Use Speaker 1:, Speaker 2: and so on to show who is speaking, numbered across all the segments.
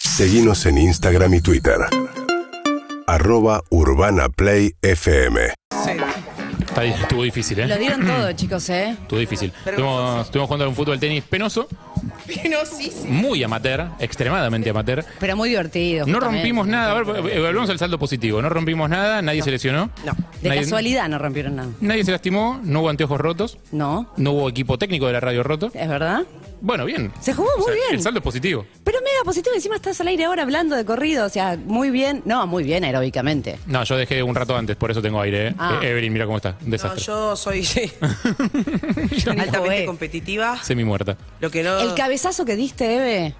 Speaker 1: Seguimos en Instagram y Twitter. Arroba Urbana Play FM.
Speaker 2: Está di- estuvo difícil,
Speaker 3: Lo
Speaker 2: ¿eh?
Speaker 3: dieron todo, chicos, ¿eh?
Speaker 2: Estuvo difícil. Estuvimos, estuvimos jugando a un fútbol tenis penoso, muy amateur, extremadamente amateur.
Speaker 3: Pero muy divertido.
Speaker 2: No
Speaker 3: justamente.
Speaker 2: rompimos nada, a ver, eh, volvemos al saldo positivo. No rompimos nada, nadie se lesionó.
Speaker 3: De
Speaker 2: nadie,
Speaker 3: casualidad no rompieron nada.
Speaker 2: Nadie se lastimó, no hubo anteojos rotos,
Speaker 3: No,
Speaker 2: no hubo equipo técnico de la radio roto.
Speaker 3: es verdad.
Speaker 2: Bueno, bien.
Speaker 3: Se jugó muy bien.
Speaker 2: El saldo es positivo.
Speaker 3: Pero mega positivo, encima estás al aire ahora hablando de corrido, o sea, muy bien. No, muy bien aeróbicamente.
Speaker 2: No, yo dejé un rato antes, por eso tengo aire, ¿eh?
Speaker 3: Ah.
Speaker 2: Eh, Evelyn, mira cómo está.
Speaker 4: No,
Speaker 2: Un desastre.
Speaker 4: yo soy altamente
Speaker 3: Joder.
Speaker 4: competitiva.
Speaker 2: Semi muerta.
Speaker 4: Lo que no.
Speaker 3: El cabezazo que diste, Eve,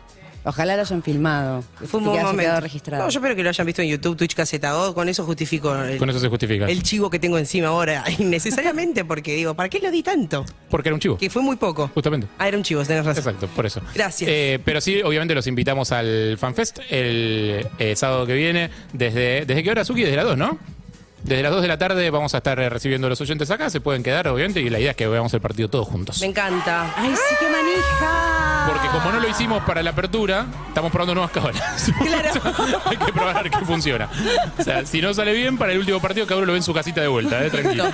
Speaker 3: ojalá lo hayan filmado.
Speaker 4: fue un
Speaker 3: Y
Speaker 4: buen
Speaker 3: que haya
Speaker 4: momento.
Speaker 3: quedado registrado.
Speaker 4: No, yo espero que lo hayan visto en YouTube, Twitch, Caseta O. Con eso justifico el,
Speaker 2: Con eso se justifica.
Speaker 4: el chivo que tengo encima ahora. Innecesariamente, porque digo, ¿para qué lo di tanto?
Speaker 2: Porque era un chivo.
Speaker 4: Que fue muy poco.
Speaker 2: Justamente.
Speaker 4: Ah, era un chivo, tenés razón.
Speaker 2: Exacto, por eso.
Speaker 4: Gracias.
Speaker 2: Eh, pero sí, obviamente los invitamos al FanFest el eh, sábado que viene. ¿Desde, ¿Desde qué hora, Suki? Desde las 2, ¿no? Desde las 2 de la tarde vamos a estar eh, recibiendo a los oyentes acá. Se pueden quedar, obviamente, y la idea es que veamos el partido todos juntos.
Speaker 4: Me encanta.
Speaker 3: ¡Ay, sí, qué manija!
Speaker 2: Porque como no lo hicimos para la apertura, estamos probando nuevas cámaras. Claro. Hay que probar que funciona. O sea, si no sale bien, para el último partido, cada uno lo ve en su casita de vuelta, ¿eh? tranquilo.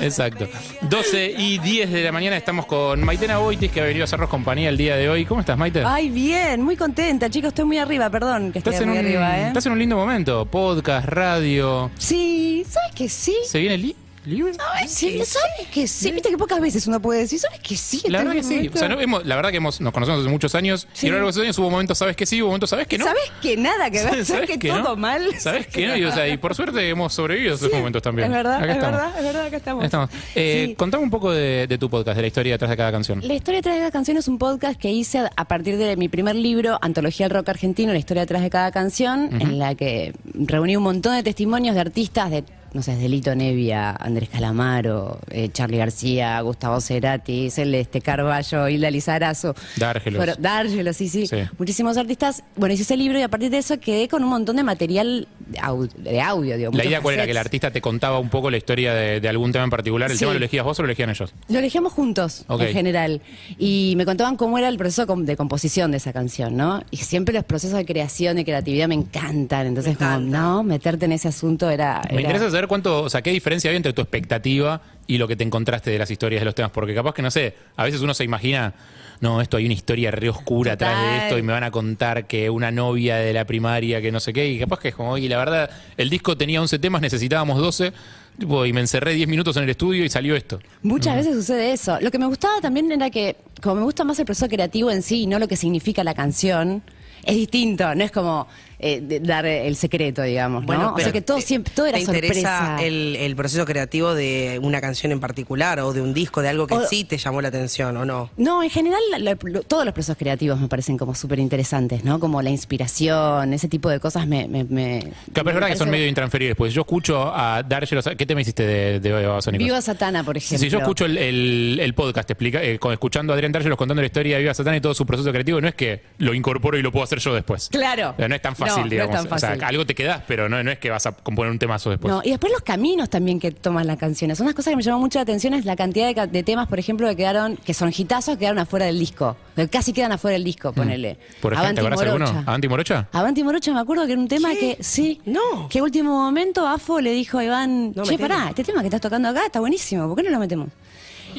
Speaker 2: Exacto. 12 y 10 de la mañana estamos con Maitena Boitis, que ha venido a hacernos compañía el día de hoy. ¿Cómo estás, Maite?
Speaker 3: Ay, bien, muy contenta, chicos, estoy muy arriba, perdón que esté
Speaker 2: Estás en,
Speaker 3: muy
Speaker 2: un,
Speaker 3: arriba, ¿eh?
Speaker 2: estás en un lindo momento. Podcast, radio.
Speaker 3: Sí, ¿sabes que sí?
Speaker 2: ¿Se viene li libre?
Speaker 3: Ay, sí, ¿sabes que sí? Viste que pocas veces uno puede decir, ¿sabes que sí?
Speaker 2: La
Speaker 3: Estoy
Speaker 2: verdad que
Speaker 3: en
Speaker 2: sí.
Speaker 3: un
Speaker 2: O sea, no,
Speaker 3: momento-
Speaker 2: hemos- la verdad que hemos, nos conocemos hace muchos años.
Speaker 3: Sí.
Speaker 2: Y a lo largo de esos años hubo momentos, ¿sabes que sí? Hubo momentos, ¿sabes que no?
Speaker 3: ¿Sabes que nada que ver? ¿Sabes que
Speaker 2: no?
Speaker 3: todo mal?
Speaker 2: ¿Sabes que no? Y, o sea, y por suerte hemos sobrevivido a esos momentos también.
Speaker 3: Es verdad,
Speaker 2: Acá
Speaker 3: es
Speaker 2: estamos.
Speaker 3: verdad, es verdad, acá estamos.
Speaker 2: Acá estamos. Eh,
Speaker 3: Sí.
Speaker 2: Contame un poco de, de tu podcast, de la historia detrás de cada canción.
Speaker 3: La historia detrás de cada canción es un podcast que hice a- a partir de mi primer libro, Antología del Rock Argentino, la historia detrás de cada canción, en la que reuní un montón de testimonios de artistas de, no sé, desde Lito Nevia, Andrés Calamaro, eh, Charly García, Gustavo Cerati, Celeste Carballo, Hilda Lizarazo.
Speaker 2: Dárgelos.
Speaker 3: Fueron- Dárgelos, sí, sí,
Speaker 2: Sí.
Speaker 3: Muchísimos artistas. Bueno, hice ese libro y a partir de eso quedé con un montón de material de au- de audio, digo.
Speaker 2: La
Speaker 3: muchos
Speaker 2: idea cuál era que
Speaker 3: cassettes.
Speaker 2: el artista te contaba un poco la historia de, de algún tema en particular. ¿El
Speaker 3: Sí.
Speaker 2: tema lo elegías vos o lo elegían ellos?
Speaker 3: Lo elegíamos juntos,
Speaker 2: Ok.
Speaker 3: en general. Y me contaban cómo era el proceso com- de composición de esa canción, ¿no? Y siempre los procesos de creación y creatividad me encantan. Entonces,
Speaker 4: Me
Speaker 3: como,
Speaker 4: encanta.
Speaker 3: no, meterte en ese asunto era.
Speaker 2: Me
Speaker 3: era-
Speaker 2: interesa saber cuánto, o sea, qué diferencia había entre tu expectativa y lo que te encontraste de las historias de los temas, porque capaz que no sé, a veces uno se imagina, no, esto hay una historia re oscura atrás de
Speaker 3: Total.
Speaker 2: esto y me van a contar que una novia de la primaria, que no sé qué, y capaz que es como, oye, la verdad, el disco tenía 11 temas, necesitábamos 12, tipo, y me encerré 10 minutos en el estudio y salió esto.
Speaker 3: Muchas veces sucede eso. Lo que me gustaba también era que, como me gusta más el proceso creativo en sí y no lo que significa la canción, es distinto. No es como eh, de- dar el secreto, digamos, ¿no? O sea,
Speaker 4: pero
Speaker 3: que todo,
Speaker 4: te-
Speaker 3: siempre, todo era
Speaker 4: ¿te
Speaker 3: sorpresa.
Speaker 4: interesa el, el proceso creativo de una canción en particular o de un disco, de algo que
Speaker 3: O-
Speaker 4: sí te llamó la atención o no?
Speaker 3: No, en general la- lo- todos los procesos creativos me parecen como súper interesantes, ¿no? Como la inspiración, ese tipo de cosas me... me, me-
Speaker 2: Capaz
Speaker 3: me
Speaker 2: es verdad que son
Speaker 3: parece-
Speaker 2: medio intransferibles, pues yo escucho a Dargelos, ¿qué tema hiciste de, de Babasónicos?
Speaker 3: Viva Satana, por ejemplo.
Speaker 2: Si yo escucho el, el- el podcast, te explica, eh, con- escuchando a Adrián Dargelos contando la historia de Viva Satán y todo su proceso creativo, no es que lo incorporo y lo puedo hacer yo después.
Speaker 3: Claro.
Speaker 2: O sea, No es tan fácil,
Speaker 3: No, no es
Speaker 2: digamos.
Speaker 3: tan
Speaker 2: O
Speaker 3: fácil.
Speaker 2: sea, algo te quedás, pero no, no es que vas a componer un temazo después.
Speaker 3: No, y después los caminos también que toman las canciones. Una cosa que me llamó mucho la atención es la cantidad de, ca- de temas, por ejemplo, que quedaron, que son hitazos, que quedaron afuera del disco. Que Casi quedan afuera del disco, ponele.
Speaker 2: Mm. Por ejemplo, ¿te acordás de alguno?
Speaker 3: Morocha.
Speaker 2: ¿Avanti Morocha?
Speaker 3: Avanti Morocha, me acuerdo que era un tema
Speaker 4: ¿Qué?
Speaker 3: que, sí,
Speaker 4: No.
Speaker 3: que último momento AFO le dijo a Iván,
Speaker 4: No,
Speaker 3: che,
Speaker 4: metelo".
Speaker 3: pará, este tema que estás tocando acá está buenísimo, ¿por qué no lo metemos?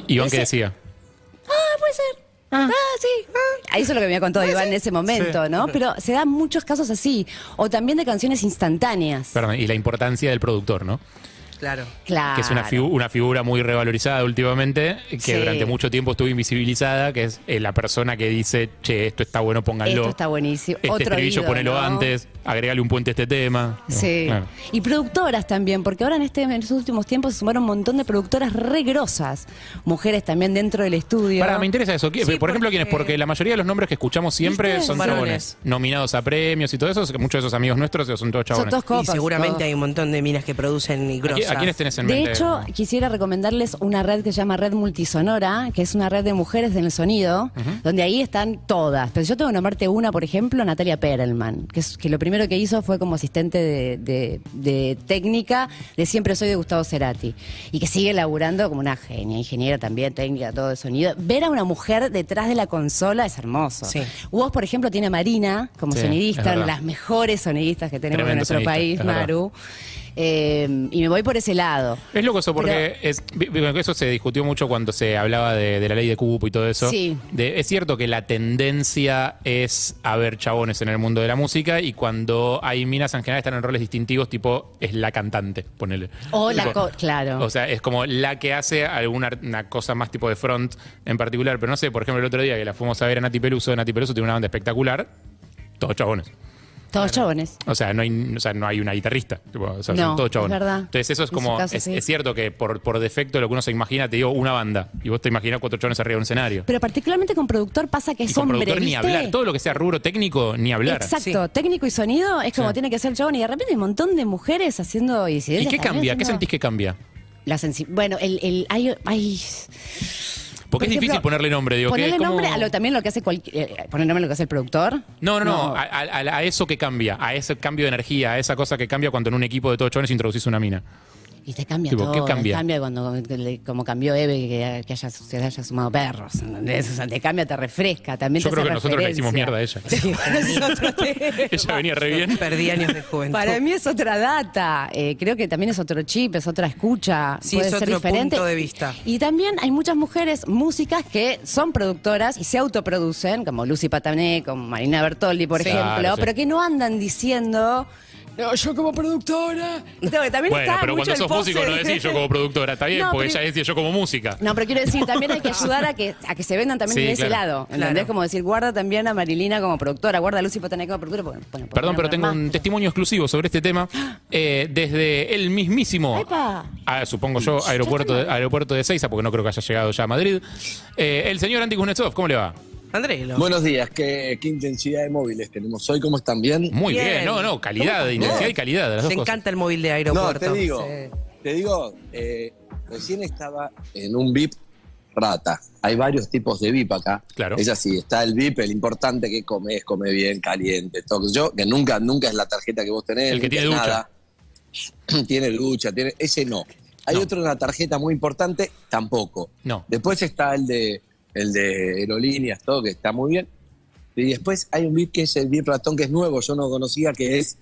Speaker 2: Iván, ¿qué
Speaker 3: ese-
Speaker 2: decía?
Speaker 3: Ah, puede ser. Ah, sí. Ah. Eso es lo que me había contado Iván en ese momento, ¿no? Pero se dan muchos casos así. O también de canciones instantáneas.
Speaker 2: Perdón, y la importancia del productor, ¿no?
Speaker 4: Claro.
Speaker 3: claro.
Speaker 2: Que es una, figu- una figura muy revalorizada últimamente, que
Speaker 3: Sí.
Speaker 2: durante mucho tiempo estuvo invisibilizada, que es eh, la persona que dice, che, esto está bueno, pónganlo.
Speaker 3: Esto está buenísimo.
Speaker 2: Este
Speaker 3: Otro
Speaker 2: estribillo,
Speaker 3: oído,
Speaker 2: ponelo
Speaker 3: ¿no?
Speaker 2: antes, agregale un puente a este tema.
Speaker 3: Sí.
Speaker 2: Claro.
Speaker 3: Y productoras también, porque ahora en, este, en estos últimos tiempos se sumaron un montón de productoras re grosas. Mujeres también dentro del estudio.
Speaker 2: Pará, me interesa eso. ¿Qui-
Speaker 4: Sí,
Speaker 2: por ejemplo, ¿quiénes?
Speaker 4: porque-
Speaker 2: Porque la mayoría de los nombres que escuchamos siempre
Speaker 3: ¿Viste?
Speaker 2: son
Speaker 4: Varones.
Speaker 2: chabones. Nominados a premios y todo eso. Muchos de esos amigos nuestros son todos
Speaker 3: Son
Speaker 2: chabones.
Speaker 3: todos copas.
Speaker 4: Y seguramente
Speaker 3: todos.
Speaker 4: hay un montón de minas que producen y
Speaker 2: Aquí-
Speaker 4: grosas.
Speaker 2: Aquí, ¿A quiénes tenés en
Speaker 3: de
Speaker 2: mente?
Speaker 3: hecho, quisiera recomendarles una red que se llama Red Multisonora, que es una red de mujeres en el sonido, donde ahí están todas. Pero yo tengo que nombrarte una, por ejemplo, Natalia Perelman, que, es- que lo primero que hizo fue como asistente de, de- de técnica de Siempre Soy de Gustavo Cerati. Y que sigue laburando como una genia, ingeniera también, técnica, todo de sonido. Ver a una mujer detrás de la consola es hermoso.
Speaker 4: Sí.
Speaker 3: Vos, por ejemplo, tiene a Marina como
Speaker 2: Sí, es
Speaker 3: sonidista, una de
Speaker 2: verdad.
Speaker 3: las mejores sonidistas que tenemos
Speaker 2: Tremendo
Speaker 3: en nuestro
Speaker 2: sonidista,
Speaker 3: país,
Speaker 2: es verdad.
Speaker 3: Maru. Eh, y me voy por ese lado.
Speaker 2: Es loco eso, porque es- vi- vi- eso se discutió mucho cuando se hablaba de, de la ley de cupo y todo eso.
Speaker 3: Sí.
Speaker 2: De- es cierto que la tendencia es a ver chabones en el mundo de la música y cuando hay minas en general están en roles distintivos, tipo es la cantante, ponele.
Speaker 3: O la
Speaker 2: Tipo,
Speaker 3: co- claro.
Speaker 2: O sea, es como la que hace alguna una cosa más tipo de front en particular. Pero no sé, por ejemplo, el otro día que la fuimos a ver a Nati Peluso, Nati Peluso tiene una banda espectacular, todos chabones.
Speaker 3: Todos chabones.
Speaker 2: O sea, no hay, o sea, no hay una guitarrista. Tipo, o sea,
Speaker 3: No,
Speaker 2: son todos chabones.
Speaker 3: es verdad.
Speaker 2: Entonces, eso es
Speaker 3: En
Speaker 2: como.
Speaker 3: ese caso,
Speaker 2: es,
Speaker 3: sí.
Speaker 2: es cierto que por, por defecto lo que uno se imagina, te digo, una banda. Y vos te imaginas cuatro chabones arriba de un escenario.
Speaker 3: Pero particularmente con productor pasa que es
Speaker 2: y con
Speaker 3: hombre,
Speaker 2: productor ni
Speaker 3: ¿viste?
Speaker 2: hablar. Todo lo que sea rubro técnico, ni hablar.
Speaker 3: Exacto, técnico y sonido es como tiene que ser el chabón y de repente hay un montón de mujeres haciendo
Speaker 2: ¿Y
Speaker 3: incidencias.
Speaker 2: qué
Speaker 3: también,
Speaker 2: cambia? ¿Qué
Speaker 3: haciendo-
Speaker 2: sentís que cambia?
Speaker 3: La sensi- bueno, el, el hay, hay-
Speaker 2: Porque
Speaker 3: por
Speaker 2: es
Speaker 3: ejemplo,
Speaker 2: difícil ponerle nombre, digo. ¿qué-
Speaker 3: Ponerle
Speaker 2: cómo-
Speaker 3: nombre a lo, también lo que hace cualquier, eh, ponerle nombre a lo que hace el productor.
Speaker 2: No, no, no. A, a- a- a eso que cambia. A ese cambio de energía. A esa cosa que cambia cuando en un equipo de todos chabones introducís una mina.
Speaker 3: Y te cambia
Speaker 2: Tipo,
Speaker 3: todo.
Speaker 2: ¿qué cambia?
Speaker 3: cuando, como cambió Eve, que, que haya, se haya sumado perros. ¿entendés? O sea, te cambia, te refresca. También
Speaker 2: Yo
Speaker 3: te
Speaker 2: creo
Speaker 3: hace
Speaker 2: que nosotros le hicimos mierda a
Speaker 3: referencia.
Speaker 2: ella.
Speaker 4: Sí.
Speaker 2: ella venía re bien.
Speaker 4: Perdí años de juventud.
Speaker 3: Para mí es otra data. Eh, creo que también es otro chip, es otra escucha.
Speaker 4: Sí,
Speaker 3: puede
Speaker 4: es
Speaker 3: ser
Speaker 4: otro
Speaker 3: diferente.
Speaker 4: punto de vista.
Speaker 3: Y también hay muchas mujeres músicas que son productoras y se autoproducen, como Lucy Patané, como Marina Bertoldi, por
Speaker 2: Sí.
Speaker 3: ejemplo,
Speaker 2: Claro, sí.
Speaker 3: pero que no andan diciendo. No, yo como productora. No, que también
Speaker 2: Bueno,
Speaker 3: está
Speaker 2: pero
Speaker 3: mucho
Speaker 2: cuando
Speaker 3: el
Speaker 2: sos
Speaker 3: pose
Speaker 2: músico no
Speaker 3: de-
Speaker 2: decís yo como productora, está bien,
Speaker 3: No,
Speaker 2: porque
Speaker 3: pero-
Speaker 2: ella decía yo como música.
Speaker 3: No, pero quiero decir, también hay que ayudar a que, a que se vendan también
Speaker 2: Sí,
Speaker 3: de ese
Speaker 2: claro.
Speaker 3: lado. ¿Entendés?
Speaker 4: Claro.
Speaker 3: Como decir, guarda también a Marilina como productora, guarda a Lucy Patané como productora. Bueno, bueno,
Speaker 2: Perdón,
Speaker 3: podrían
Speaker 2: pero
Speaker 3: haber
Speaker 2: tengo
Speaker 3: más,
Speaker 2: un
Speaker 3: pero-
Speaker 2: testimonio exclusivo sobre este tema. eh, desde el mismísimo,
Speaker 3: ¡Epa!
Speaker 2: ah, supongo yo, aeropuerto de, aeropuerto de Seiza, porque no creo que haya llegado ya a Madrid. Eh, el señor Andy Kuznetsov, ¿cómo le va?
Speaker 4: Andrés, lo-
Speaker 5: Buenos días, ¿Qué, qué intensidad de móviles tenemos hoy, ¿cómo están bien?
Speaker 2: Muy bien,
Speaker 4: Bien.
Speaker 2: no, no, calidad,
Speaker 4: Bien.
Speaker 2: intensidad y calidad, las dos
Speaker 4: te
Speaker 2: cosas.
Speaker 4: encanta el móvil de
Speaker 5: No,
Speaker 4: aeropuerto.
Speaker 5: te digo,
Speaker 4: Sí.
Speaker 5: te digo, eh, recién estaba en un VIP rata. Hay varios tipos de VIP acá.
Speaker 2: Claro.
Speaker 5: Es así, está el VIP, el importante que comes, come bien, caliente, todo. Yo, que nunca, nunca es la tarjeta que vos tenés.
Speaker 2: El que
Speaker 5: nunca
Speaker 2: tiene
Speaker 5: es
Speaker 2: ducha.
Speaker 5: nada. tiene ducha, tiene. Ese no. Hay
Speaker 2: No.
Speaker 5: otro en la tarjeta muy importante, tampoco.
Speaker 2: No.
Speaker 5: Después está el de el de aerolíneas, todo, que está muy bien. Y después hay un VIP que es el VIP ratón, que es nuevo, yo no conocía, que es,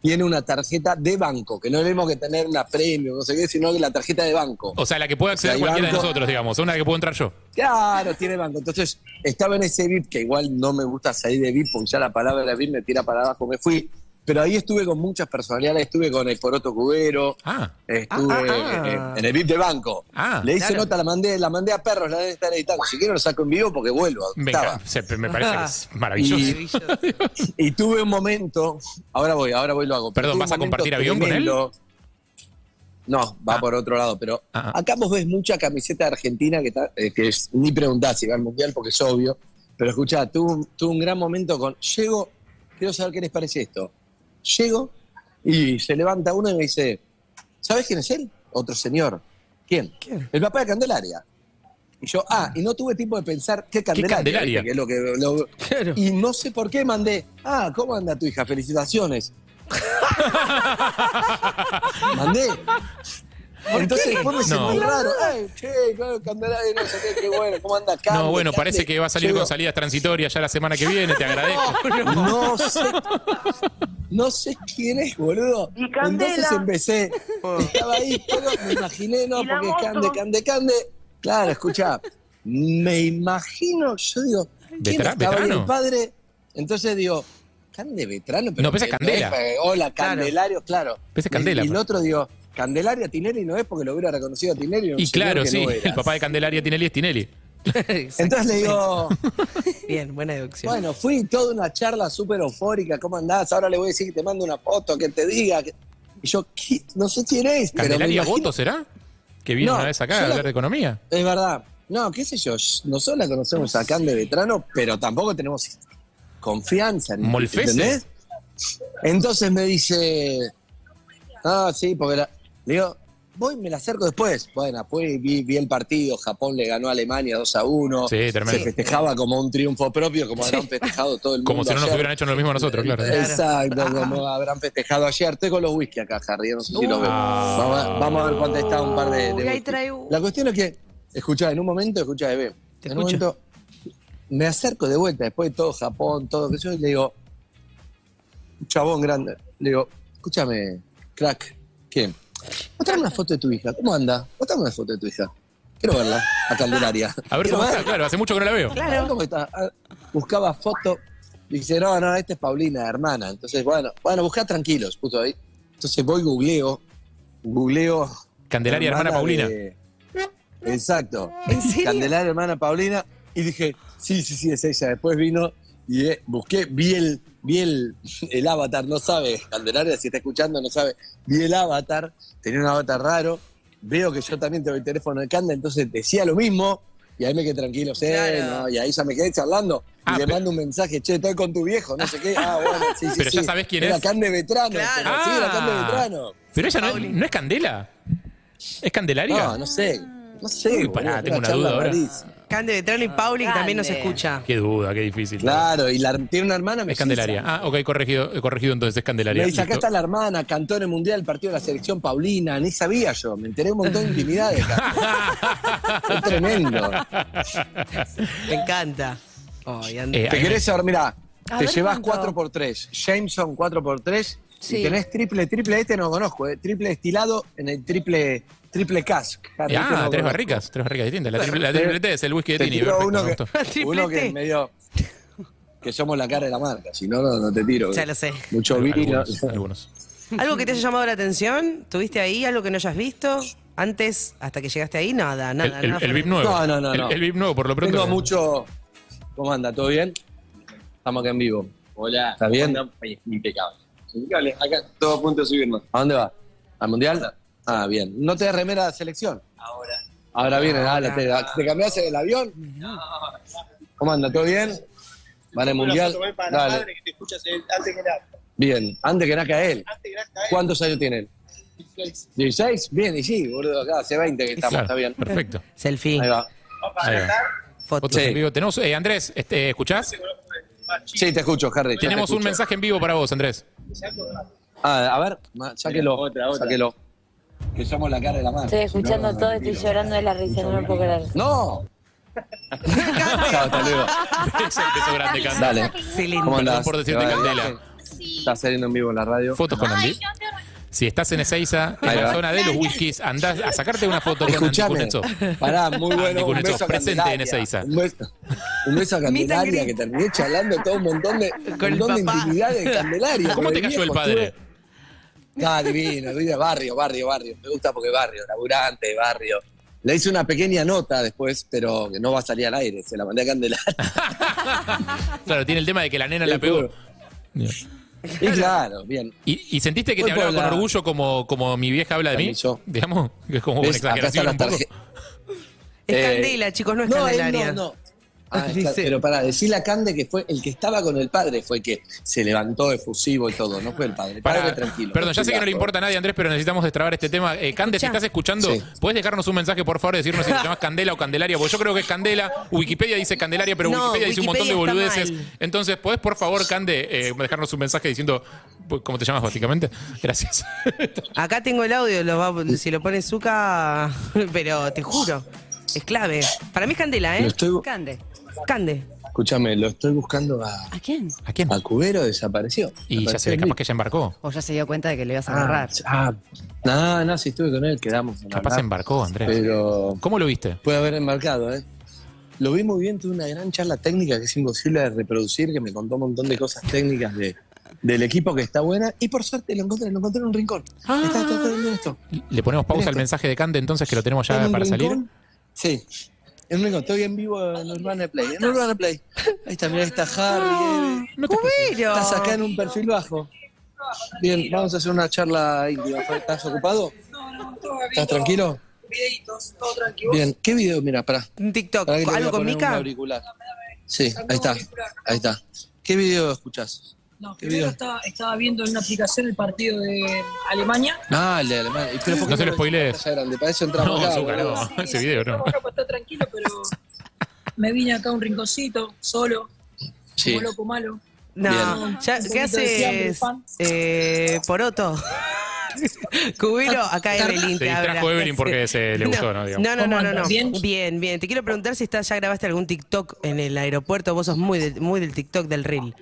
Speaker 5: tiene una tarjeta de banco, que no tenemos que tener una premio, no sé qué, sino que la tarjeta de banco.
Speaker 2: O sea, la que puede acceder
Speaker 5: hay
Speaker 2: cualquiera de
Speaker 5: banco.
Speaker 2: nosotros, digamos, una que puedo entrar yo.
Speaker 5: Claro, tiene banco. Entonces, estaba en ese VIP, que igual no me gusta salir de VIP, porque ya la palabra VIP me tira para abajo, me fui. Pero ahí estuve con muchas personalidades, estuve con el Poroto Cubero,
Speaker 2: Ah,
Speaker 5: estuve
Speaker 4: Ah, ah, ah.
Speaker 5: eh, en el VIP de banco.
Speaker 2: Ah,
Speaker 5: Le hice
Speaker 4: claro.
Speaker 5: nota, la mandé, la mandé a perros, la deben estar editando. Si quiero lo saco en vivo porque vuelvo.
Speaker 2: venga,
Speaker 5: Estaba.
Speaker 2: se- me parece que es maravilloso.
Speaker 5: Y- Y tuve un momento, ahora voy, ahora voy lo hago. pero
Speaker 2: Perdón,
Speaker 5: tuve
Speaker 2: ¿vas
Speaker 5: un
Speaker 2: a compartir
Speaker 5: momento
Speaker 2: avión con él?
Speaker 5: tremendo. No, va
Speaker 2: Ah.
Speaker 5: por otro lado, pero
Speaker 2: Ah, ah.
Speaker 5: acá vos ves mucha camiseta de argentina que, ta- eh, que es- ni preguntás si va al mundial porque es obvio. Pero escuchá, tuve un, tuve un gran momento con. Llego, quiero saber qué les parece esto. Llego y se levanta uno y me dice: ¿Sabes quién es él? Otro señor. ¿Quién?
Speaker 4: ¿Quién?
Speaker 5: El papá de Candelaria. Y yo, ah, y no tuve tiempo de pensar qué Candelaria.
Speaker 2: Candelaria?
Speaker 5: ¿viste? Que es lo que, lo-
Speaker 4: Claro.
Speaker 5: Y no sé por qué mandé, ah, ¿cómo anda tu hija? Felicitaciones. mandé. Entonces después me sentí
Speaker 2: No.
Speaker 5: raro. Ay, che, claro, Candelaria, no sé qué, qué bueno, ¿cómo anda Cande,
Speaker 2: No, bueno,
Speaker 5: Cande?
Speaker 2: parece que va a salir
Speaker 5: Llego,
Speaker 2: con salidas transitorias ya la semana que viene, te agradezco.
Speaker 5: No sé. No sé quién es, boludo.
Speaker 6: Y Candela.
Speaker 5: Entonces empecé. Estaba ahí, todo, me imaginé, no,
Speaker 6: Y la
Speaker 5: porque
Speaker 6: moto.
Speaker 5: Cande, Cande, Cande. Claro, escucha. Me imagino, yo digo, ¿quién
Speaker 2: Vetra-
Speaker 5: estaba ahí
Speaker 2: Vetrano.
Speaker 5: el padre? Entonces digo, Cande Vetrano,
Speaker 2: No, pensé
Speaker 5: que
Speaker 2: Candela.
Speaker 5: es, eh, hola,
Speaker 4: Claro.
Speaker 5: Candelario, claro.
Speaker 2: Pensé
Speaker 5: Y-
Speaker 2: Candela, pues.
Speaker 5: Y el
Speaker 2: pero-
Speaker 5: otro digo, Candelaria Tinelli no es porque lo hubiera reconocido a Tinelli. era un
Speaker 2: Y
Speaker 5: señor
Speaker 2: claro,
Speaker 5: que
Speaker 2: sí,
Speaker 5: no era.
Speaker 2: el papá de Candelaria Tinelli es Tinelli.
Speaker 5: Entonces le digo,
Speaker 4: Bien, buena deducción.
Speaker 5: Bueno, fui toda una charla súper eufórica. ¿Cómo andás? Ahora le voy a decir que te mando una foto, que te diga. que- Y yo, ¿qué? no sé quién es, pero me
Speaker 2: ¿Candelaria
Speaker 5: imagino-
Speaker 2: Voto será? Que vino
Speaker 5: No,
Speaker 2: una vez acá
Speaker 5: yo
Speaker 2: a
Speaker 5: la-
Speaker 2: hablar de economía.
Speaker 5: Es verdad. No, qué sé yo. sh- Nosotros la conocemos a Cande Vetrano, pero tampoco tenemos confianza. en-
Speaker 2: Molfese.
Speaker 5: ¿Entendés? Entonces me dice, ah, sí, porque la... Le digo, voy, me la acerco después. Bueno, fue, vi, vi el partido, Japón le ganó a Alemania 2 a 1.
Speaker 2: Sí, tremendo.
Speaker 5: Se festejaba como un triunfo propio, como habrán festejado todo el mundo.
Speaker 2: Como si no nos
Speaker 5: ayer.
Speaker 2: hubieran hecho lo mismo a nosotros, claro.
Speaker 5: Exacto, como habrán festejado ayer. Estoy con los whisky acá, Harry, no sé si lo ven.
Speaker 2: Ah.
Speaker 5: Vamos, a- vamos a ver cuánto está un par de, de
Speaker 6: Uy, ahí
Speaker 5: whisky.
Speaker 6: trae un-
Speaker 5: La cuestión es que, escuchá, en un momento, escuchá, bebé.
Speaker 4: Te
Speaker 5: En un
Speaker 4: escucho.
Speaker 5: momento, me acerco de vuelta, después de todo Japón, todo que yo, y le digo, un chabón grande, le digo, escúchame, crack, ¿quién? Mostrame una foto de tu hija, ¿cómo anda? Mostrame una foto de tu hija. Quiero verla, a Candelaria.
Speaker 2: A ver
Speaker 5: Quiero
Speaker 2: cómo
Speaker 5: verla.
Speaker 2: está, claro, hace mucho que no la veo.
Speaker 5: A ver cómo está. A ver, ah, Buscaba foto. Y dice, no, no, esta es Paulina, hermana. Entonces, bueno, bueno, busca tranquilos, puso ahí. Entonces voy, googleo, googleo.
Speaker 2: Candelaria, hermana Paulina.
Speaker 5: de- Exacto.
Speaker 6: ¿En serio?
Speaker 5: Candelaria, hermana Paulina. Y dije, sí, sí, sí, es ella. Después vino y eh, busqué, vi el, vi el, el avatar, no sabe, Candelaria, si está escuchando, no sabe. Vi el avatar, tenía un avatar raro. Veo que yo también tengo el teléfono de Canda, entonces decía lo mismo. Y ahí me quedé tranquilo, sé,
Speaker 4: Claro.
Speaker 5: ¿no? y ahí ya me quedé charlando.
Speaker 2: Ah,
Speaker 5: y le
Speaker 2: pero-
Speaker 5: mando un mensaje, che, estoy con tu viejo, no sé qué. Ah, bueno, sí, sí.
Speaker 2: Pero ya
Speaker 5: sí.
Speaker 2: sabés quién
Speaker 5: Era
Speaker 2: es.
Speaker 5: Cande Vetrano.
Speaker 4: Claro.
Speaker 5: pero Sí, era Cande
Speaker 2: Ah.
Speaker 5: Vetrano.
Speaker 2: Pero ella no, no es Candela. ¿Es Candelaria?
Speaker 5: No, no sé. No sé.
Speaker 2: Uy,
Speaker 5: boludo,
Speaker 2: pará,
Speaker 5: fue
Speaker 2: tengo
Speaker 5: una
Speaker 2: una duda
Speaker 5: charla
Speaker 2: ahora.
Speaker 5: rarísima.
Speaker 4: Cande Vetrano
Speaker 3: Ah,
Speaker 4: y Pauli, que también nos
Speaker 3: Cande.
Speaker 4: escucha.
Speaker 2: Qué duda, qué difícil.
Speaker 5: Claro, y la, tiene una hermana
Speaker 2: Es
Speaker 5: melliza.
Speaker 2: Candelaria. Ah, ok, corregido, eh, corregido entonces, es Candelaria.
Speaker 5: Me dice, acá
Speaker 2: Listo.
Speaker 5: está la hermana, cantó en el Mundial, partido de la selección Paulina, ni sabía yo, me enteré un montón de intimidades. cara. es tremendo.
Speaker 4: Me encanta. Ay, Ande.
Speaker 2: Eh,
Speaker 5: Te querés saber, mira,
Speaker 6: A
Speaker 5: te
Speaker 6: ver
Speaker 5: llevas
Speaker 6: cuánto.
Speaker 5: 4x3, Jameson 4x3,
Speaker 3: Sí.
Speaker 5: y tenés triple, triple, este no conozco, eh, triple destilado en el triple, triple cask. Harry,
Speaker 2: Eh,
Speaker 5: este no
Speaker 2: ah, tres
Speaker 5: conozco.
Speaker 2: barricas, tres barricas distintas. La triple, la triple T es el whisky de
Speaker 5: Te
Speaker 2: Tini.
Speaker 5: tiro
Speaker 2: perfecto,
Speaker 5: uno
Speaker 2: me
Speaker 5: que-
Speaker 2: gustó.
Speaker 4: Triple
Speaker 5: Uno
Speaker 2: este.
Speaker 5: que
Speaker 4: T.
Speaker 5: es medio que somos la cara de la marca, si no, no, no te tiro.
Speaker 4: Ya lo sé.
Speaker 5: Mucho vino.
Speaker 2: Algunos, algunos.
Speaker 4: ¿Algo que te haya llamado la atención? ¿Tuviste ahí algo que no hayas visto? Antes, hasta que llegaste ahí, nada,
Speaker 2: El,
Speaker 4: nada.
Speaker 2: el,
Speaker 4: nada
Speaker 2: el VIP
Speaker 4: fuerte.
Speaker 2: nuevo.
Speaker 5: No, no, no,
Speaker 2: El,
Speaker 5: no.
Speaker 2: el VIP nuevo, por lo pronto.
Speaker 5: Tengo mucho. ¿Cómo anda? ¿Todo bien? Estamos acá en vivo.
Speaker 7: Hola.
Speaker 5: ¿Está bien?
Speaker 7: ¿Cómo andan? Ay, Impecable. Impecable. Acá, todo a punto de subirnos.
Speaker 5: ¿A dónde va? ¿Al mundial? Ah, bien. ¿No te remera de selección?
Speaker 7: Ahora.
Speaker 5: Ahora viene, dale, te, te cambiaste el avión. ¿Cómo anda? ¿Todo bien? ¿Van al mundial? Dale.
Speaker 7: que te escuchas eh, antes que nada.
Speaker 5: Bien, antes que nazca él.
Speaker 7: Antes que
Speaker 5: ¿Cuántos años tiene él? 16. Bien, y sí, boludo, acá hace 20 que estamos,
Speaker 2: Claro,
Speaker 5: está bien.
Speaker 2: Perfecto.
Speaker 4: Selfie,
Speaker 5: Ahí va.
Speaker 7: eh,
Speaker 2: Ahí va.
Speaker 4: foto.
Speaker 2: Fotos
Speaker 5: Sí.
Speaker 2: en vivo. Tenemos, eh, Andrés, este, ¿escuchás?
Speaker 5: Sí, te escucho, Harry. yo te
Speaker 2: Tenemos un
Speaker 5: escucho.
Speaker 2: mensaje en vivo para vos, Andrés.
Speaker 5: Ah, a ver, ma- sáquelo.
Speaker 7: Otra, otra.
Speaker 5: Sáquelo. Que somos la cara de la mano.
Speaker 8: Estoy escuchando todo, estoy llorando de la risa, no lo puedo creer.
Speaker 5: ¡No! Chao, hasta luego.
Speaker 2: Es el beso grande, Candela.
Speaker 5: Dale.
Speaker 4: Excelente.
Speaker 5: ¿Cómo andás?
Speaker 2: por decirte
Speaker 5: ¿Te va bien?
Speaker 2: Candela.
Speaker 5: Está saliendo en vivo en la radio.
Speaker 2: Fotos con Andy. Si estás en Ezeiza, en
Speaker 5: Ahí
Speaker 2: la
Speaker 5: va.
Speaker 2: zona de los whiskies, andás a sacarte una foto con Andy
Speaker 5: Escuchame.
Speaker 2: Kuznetsov.
Speaker 5: Pará, muy
Speaker 2: Andy
Speaker 5: bueno. Un
Speaker 2: Kuznetsov,
Speaker 5: beso a
Speaker 2: Ah, presente
Speaker 5: Candelaria.
Speaker 2: en Ezeiza.
Speaker 5: Un beso, un beso a
Speaker 4: Meet and
Speaker 5: Candelaria
Speaker 4: greet.
Speaker 5: que terminé charlando todo un montón de, un
Speaker 4: Con el
Speaker 5: montón de
Speaker 4: papá.
Speaker 5: intimidades de Candelaria.
Speaker 2: ¿Cómo
Speaker 5: con
Speaker 2: te cayó el
Speaker 5: viejo,
Speaker 2: padre?
Speaker 5: estuve- Ah, divino, divino. Barrio, barrio, barrio. Me gusta porque barrio, laburante, barrio. Le hice una pequeña nota después, pero que no va a salir al aire. Se la mandé a Candelaria.
Speaker 2: Claro, tiene el tema de que la nena la
Speaker 5: Te
Speaker 2: pegó.
Speaker 5: juro. Y claro, bien.
Speaker 2: ¿Y, y sentiste que te
Speaker 5: Voy
Speaker 2: hablaba
Speaker 5: por la-
Speaker 2: con orgullo como, como mi vieja habla de mí?
Speaker 5: También yo.
Speaker 2: Digamos, que es como una
Speaker 5: ¿Ves? Acá están
Speaker 2: exageración un
Speaker 5: las
Speaker 2: poco.
Speaker 5: tarjetas.
Speaker 4: Es
Speaker 5: Eh,
Speaker 4: Candela, chicos, no es
Speaker 5: No, él
Speaker 4: Candelaria.
Speaker 5: no, no. Ah,
Speaker 4: Dice-
Speaker 5: está- pero para decirle a Cande que fue el que estaba con el padre, fue el que se levantó efusivo y todo, no fue el padre. El
Speaker 2: Pará,
Speaker 5: padre tranquilo.
Speaker 2: Perdón, ya sé que no le
Speaker 5: Tranquilo.
Speaker 2: importa a nadie, Andrés, pero necesitamos destrabar este tema. Eh, Cande, si
Speaker 4: Escuchá.
Speaker 2: estás escuchando,
Speaker 5: Sí.
Speaker 2: ¿puedes dejarnos un mensaje, por favor, decirnos si te llamas Candela o Candelaria? Porque yo creo que es Candela, Wikipedia dice Candelaria, pero
Speaker 4: No,
Speaker 2: Wikipedia dice un montón de
Speaker 4: Wikipedia está
Speaker 2: boludeces.
Speaker 4: mal.
Speaker 2: Entonces, ¿podés, por favor, Cande, eh, dejarnos un mensaje diciendo pues, cómo te llamas, básicamente? Gracias.
Speaker 4: Acá tengo el audio, lo va- si lo pone Zuka, pero te juro, es clave. Para mí es Candela,
Speaker 5: Lo
Speaker 4: ¿eh?
Speaker 5: estoy, bu-
Speaker 3: Cande.
Speaker 4: Cande.
Speaker 5: escúchame, lo estoy buscando a,
Speaker 3: ¿A quién?
Speaker 2: ¿A quién?
Speaker 5: a Cubero,
Speaker 2: Y
Speaker 5: desapareció.
Speaker 2: ya se ve,
Speaker 5: Desapareció
Speaker 2: capaz que ella embarcó.
Speaker 3: O ya se dio cuenta de que le ibas a
Speaker 5: Ah,
Speaker 3: agarrar.
Speaker 5: ah, no, no, si estuve con él, quedamos. en
Speaker 2: Capaz
Speaker 5: hablar.
Speaker 2: embarcó, Andrés.
Speaker 5: Pero
Speaker 2: ¿Cómo lo viste?
Speaker 5: puede haber embarcado, ¿eh? Lo vi muy bien, tuve una gran charla técnica que es imposible de reproducir, que me contó un montón de cosas técnicas de, del equipo que está buena. Y por suerte lo encontré, lo encontré en un rincón. Está, está, está viendo esto.
Speaker 2: Le ponemos pausa al
Speaker 5: Mirá.
Speaker 2: mensaje de Cande, entonces, que lo tenemos
Speaker 5: ¿En
Speaker 2: ya
Speaker 5: un
Speaker 2: para salir.
Speaker 5: rincón? Sí. En un rincón. Estoy en vivo en Urbana Play. En Urbana Play. Ahí está, mirá, ahí está Harry. Eve.
Speaker 2: No te
Speaker 5: Estás
Speaker 4: Pero-
Speaker 5: acá en un perfil bajo. Bien, vamos a hacer una charla íntima. ¿Estás ocupado? ¿Estás tranquilo? Bien, ¿qué video? Mira, pará.
Speaker 4: Un TikTok,
Speaker 5: Pará que te voy
Speaker 4: ¿algo
Speaker 5: a
Speaker 4: con
Speaker 5: poner un
Speaker 4: Mica?
Speaker 5: auricular. Sí, ahí está. Ahí está. ¿Qué video escuchás?
Speaker 6: No, primero estaba, estaba viendo en una aplicación el partido de Alemania.
Speaker 5: Ah, el de Alemania. Y, Pero ¿por qué
Speaker 2: No se lo
Speaker 5: me
Speaker 2: spoilees.
Speaker 5: pantalla grande? Para eso
Speaker 2: No,
Speaker 5: entramos acá,
Speaker 2: Zucca,
Speaker 5: boludo.
Speaker 2: no. Ese video no.
Speaker 6: estaba acá para estar pues tranquilo, pero me vine acá a un rinconcito, solo,
Speaker 5: Sí.
Speaker 6: como loco malo.
Speaker 4: No,
Speaker 6: Bien.
Speaker 4: ya,
Speaker 6: Un
Speaker 4: ¿qué
Speaker 6: poquito de fiambre,
Speaker 4: haces?
Speaker 6: pan.
Speaker 4: Eh, poroto. Cubiro, acá Evelyn
Speaker 2: Se
Speaker 4: te habla.
Speaker 2: distrajo Evelyn porque se le gustó, ¿no? Digamos.
Speaker 4: No, no, no, no, no.
Speaker 6: ¿Cómo andas?
Speaker 4: Bien,
Speaker 6: ¿Bien?
Speaker 4: bien. Te quiero preguntar si estás, ya grabaste algún TikTok en el aeropuerto. Vos sos muy del, muy del TikTok del reel.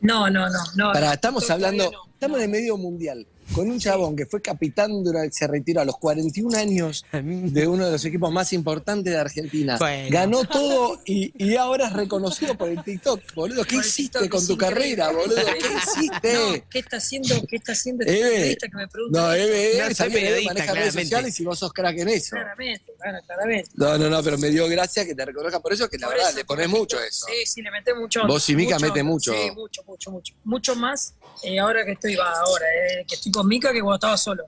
Speaker 6: No, no, no. no
Speaker 5: Pará, estamos
Speaker 6: Todavía
Speaker 5: hablando,
Speaker 6: no.
Speaker 5: estamos en el medio mundial, con un chabón que fue capitán durante, se retiró a los 41 años de uno de los equipos más importantes de Argentina.
Speaker 4: Bueno.
Speaker 5: Ganó todo y, y ahora es reconocido por el TikTok, boludo. ¿Qué
Speaker 6: Por el
Speaker 5: hiciste
Speaker 6: TikTok,
Speaker 5: con
Speaker 6: es
Speaker 5: tu
Speaker 6: increíble.
Speaker 5: carrera, boludo? ¿Qué
Speaker 6: No,
Speaker 5: hiciste?
Speaker 6: ¿Qué está haciendo, qué está haciendo este
Speaker 5: Eve.
Speaker 6: periodista que me pregunta?
Speaker 5: No, Eve,
Speaker 4: No,
Speaker 5: Eve,
Speaker 4: soy
Speaker 5: sabía que Eve
Speaker 4: periodista,
Speaker 5: maneja redes
Speaker 4: claramente.
Speaker 5: sociales y vos sos crack en eso.
Speaker 6: Claramente, bueno, claramente.
Speaker 5: No, no, no, pero me dio gracia que te reconozcan por eso, que la
Speaker 6: Por
Speaker 5: verdad
Speaker 6: eso,
Speaker 5: le pones
Speaker 6: porque-
Speaker 5: mucho a eso.
Speaker 6: Sí, sí, le meté mucho.
Speaker 5: Vos y Mica mete mucho.
Speaker 6: Sí, mucho, mucho, mucho. Mucho más eh, ahora que estoy, va, ahora, eh, que estoy con Mica que cuando estaba solo.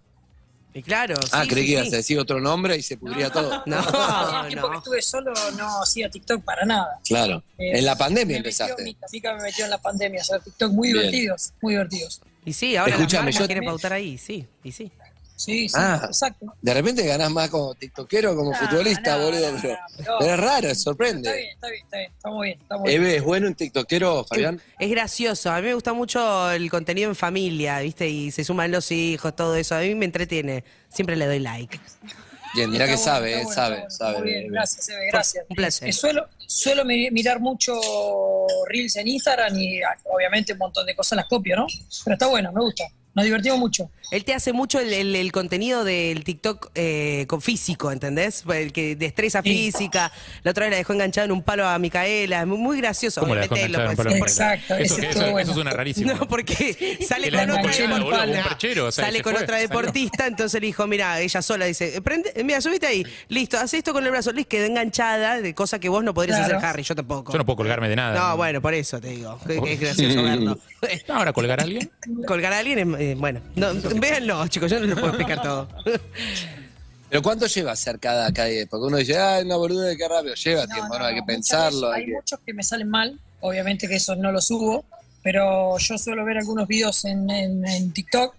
Speaker 4: Y claro.
Speaker 5: Ah,
Speaker 4: sí,
Speaker 5: creí
Speaker 4: sí,
Speaker 5: que ibas
Speaker 4: sí.
Speaker 5: a decir otro nombre y se pudría todo.
Speaker 4: No,
Speaker 6: el tiempo que
Speaker 4: no.
Speaker 6: estuve solo no hacía TikTok para nada.
Speaker 5: Claro.
Speaker 6: Eh,
Speaker 5: En la pandemia
Speaker 6: me metió
Speaker 5: empezaste.
Speaker 6: Mica, Mica me metió en la pandemia, hacer TikTok muy
Speaker 5: Bien.
Speaker 6: divertidos, muy divertidos.
Speaker 4: Y sí, ahora Escuchame,
Speaker 5: Escuchame,
Speaker 4: las
Speaker 5: yo-
Speaker 4: yo quieren pautar ahí, sí, y sí.
Speaker 6: Sí, sí,
Speaker 5: Ah.
Speaker 6: exacto.
Speaker 5: De repente ganás más como tiktokero o como
Speaker 6: No,
Speaker 5: futbolista,
Speaker 6: Ah, no,
Speaker 5: boludo.
Speaker 6: no,
Speaker 5: pero,
Speaker 6: pero-
Speaker 5: pero es raro,
Speaker 6: Está
Speaker 5: sorprende.
Speaker 6: bien, está bien, está bien, estamos bien, estamos bien.
Speaker 5: Eve, ¿es bueno un tiktokero, Fabián?
Speaker 4: Es gracioso, a mí me gusta mucho el contenido en familia, ¿viste? Y se suman los hijos, todo eso. A mí me entretiene. Siempre le doy like.
Speaker 5: Bien, mirá que
Speaker 6: Está bueno,
Speaker 5: sabe, eh,
Speaker 6: está bueno,
Speaker 5: sabe,
Speaker 6: está bueno.
Speaker 5: sabe.
Speaker 6: Muy bien,
Speaker 5: Eve.
Speaker 6: gracias, Eve, gracias.
Speaker 4: Un placer.
Speaker 6: Eh, Suelo, suelo mi- mirar mucho reels en Instagram y ah, obviamente un montón de cosas las copio, ¿no? Pero está bueno, me gusta. Nos divertimos mucho.
Speaker 4: Él te hace mucho el, el- el contenido del TikTok eh, con físico, ¿entendés? Pues, El que destreza
Speaker 6: Sí.
Speaker 4: física. La otra vez la dejó enganchada en un palo a Micaela. Es muy, muy gracioso.
Speaker 2: ¿Cómo la dejó
Speaker 4: Obviamente,
Speaker 2: enganchada en
Speaker 4: lo
Speaker 2: un
Speaker 4: puedes-
Speaker 2: palo de
Speaker 6: puedes-
Speaker 2: Margarita?
Speaker 6: Exacto,
Speaker 2: eso,
Speaker 6: eso
Speaker 2: que-
Speaker 6: estuvo
Speaker 2: eso,
Speaker 6: bueno.
Speaker 2: eso suena rarísimo.
Speaker 4: No, porque sale
Speaker 2: Que la
Speaker 4: con
Speaker 6: dejó
Speaker 4: otra
Speaker 6: enganchada, boludo, como un
Speaker 4: deportista.
Speaker 2: perchero, o sea,
Speaker 4: sale
Speaker 2: se
Speaker 4: con
Speaker 2: fue,
Speaker 4: otra
Speaker 2: salió.
Speaker 4: deportista, entonces le dijo, mira, ella sola dice, "Prende- mira, subiste ahí, listo, haz esto con el brazo, Liz quedó enganchada, de cosa que vos no podrías
Speaker 6: Claro.
Speaker 4: hacer, Harry, yo tampoco.
Speaker 2: Yo no puedo colgarme de nada.
Speaker 4: No, bueno, por eso te digo, que, que es gracioso verlo.
Speaker 2: ¿Ahora colgar a alguien?
Speaker 4: Colgar a alguien es, eh, bueno, no, véanlo, chicos, yo no les puedo explicar todo.
Speaker 5: Pero ¿cuánto lleva hacer cada, cada día? Porque uno dice, ay, no, boludo, qué rápido. Lleva
Speaker 6: No,
Speaker 5: tiempo,
Speaker 6: no,
Speaker 5: ¿no? Hay
Speaker 6: no,
Speaker 5: que
Speaker 6: muchas
Speaker 5: pensarlo.
Speaker 6: veces
Speaker 5: Hay
Speaker 6: Hay
Speaker 5: que...
Speaker 6: muchos que me salen mal, obviamente que esos no los subo, pero yo suelo ver algunos videos en, en- en TikTok.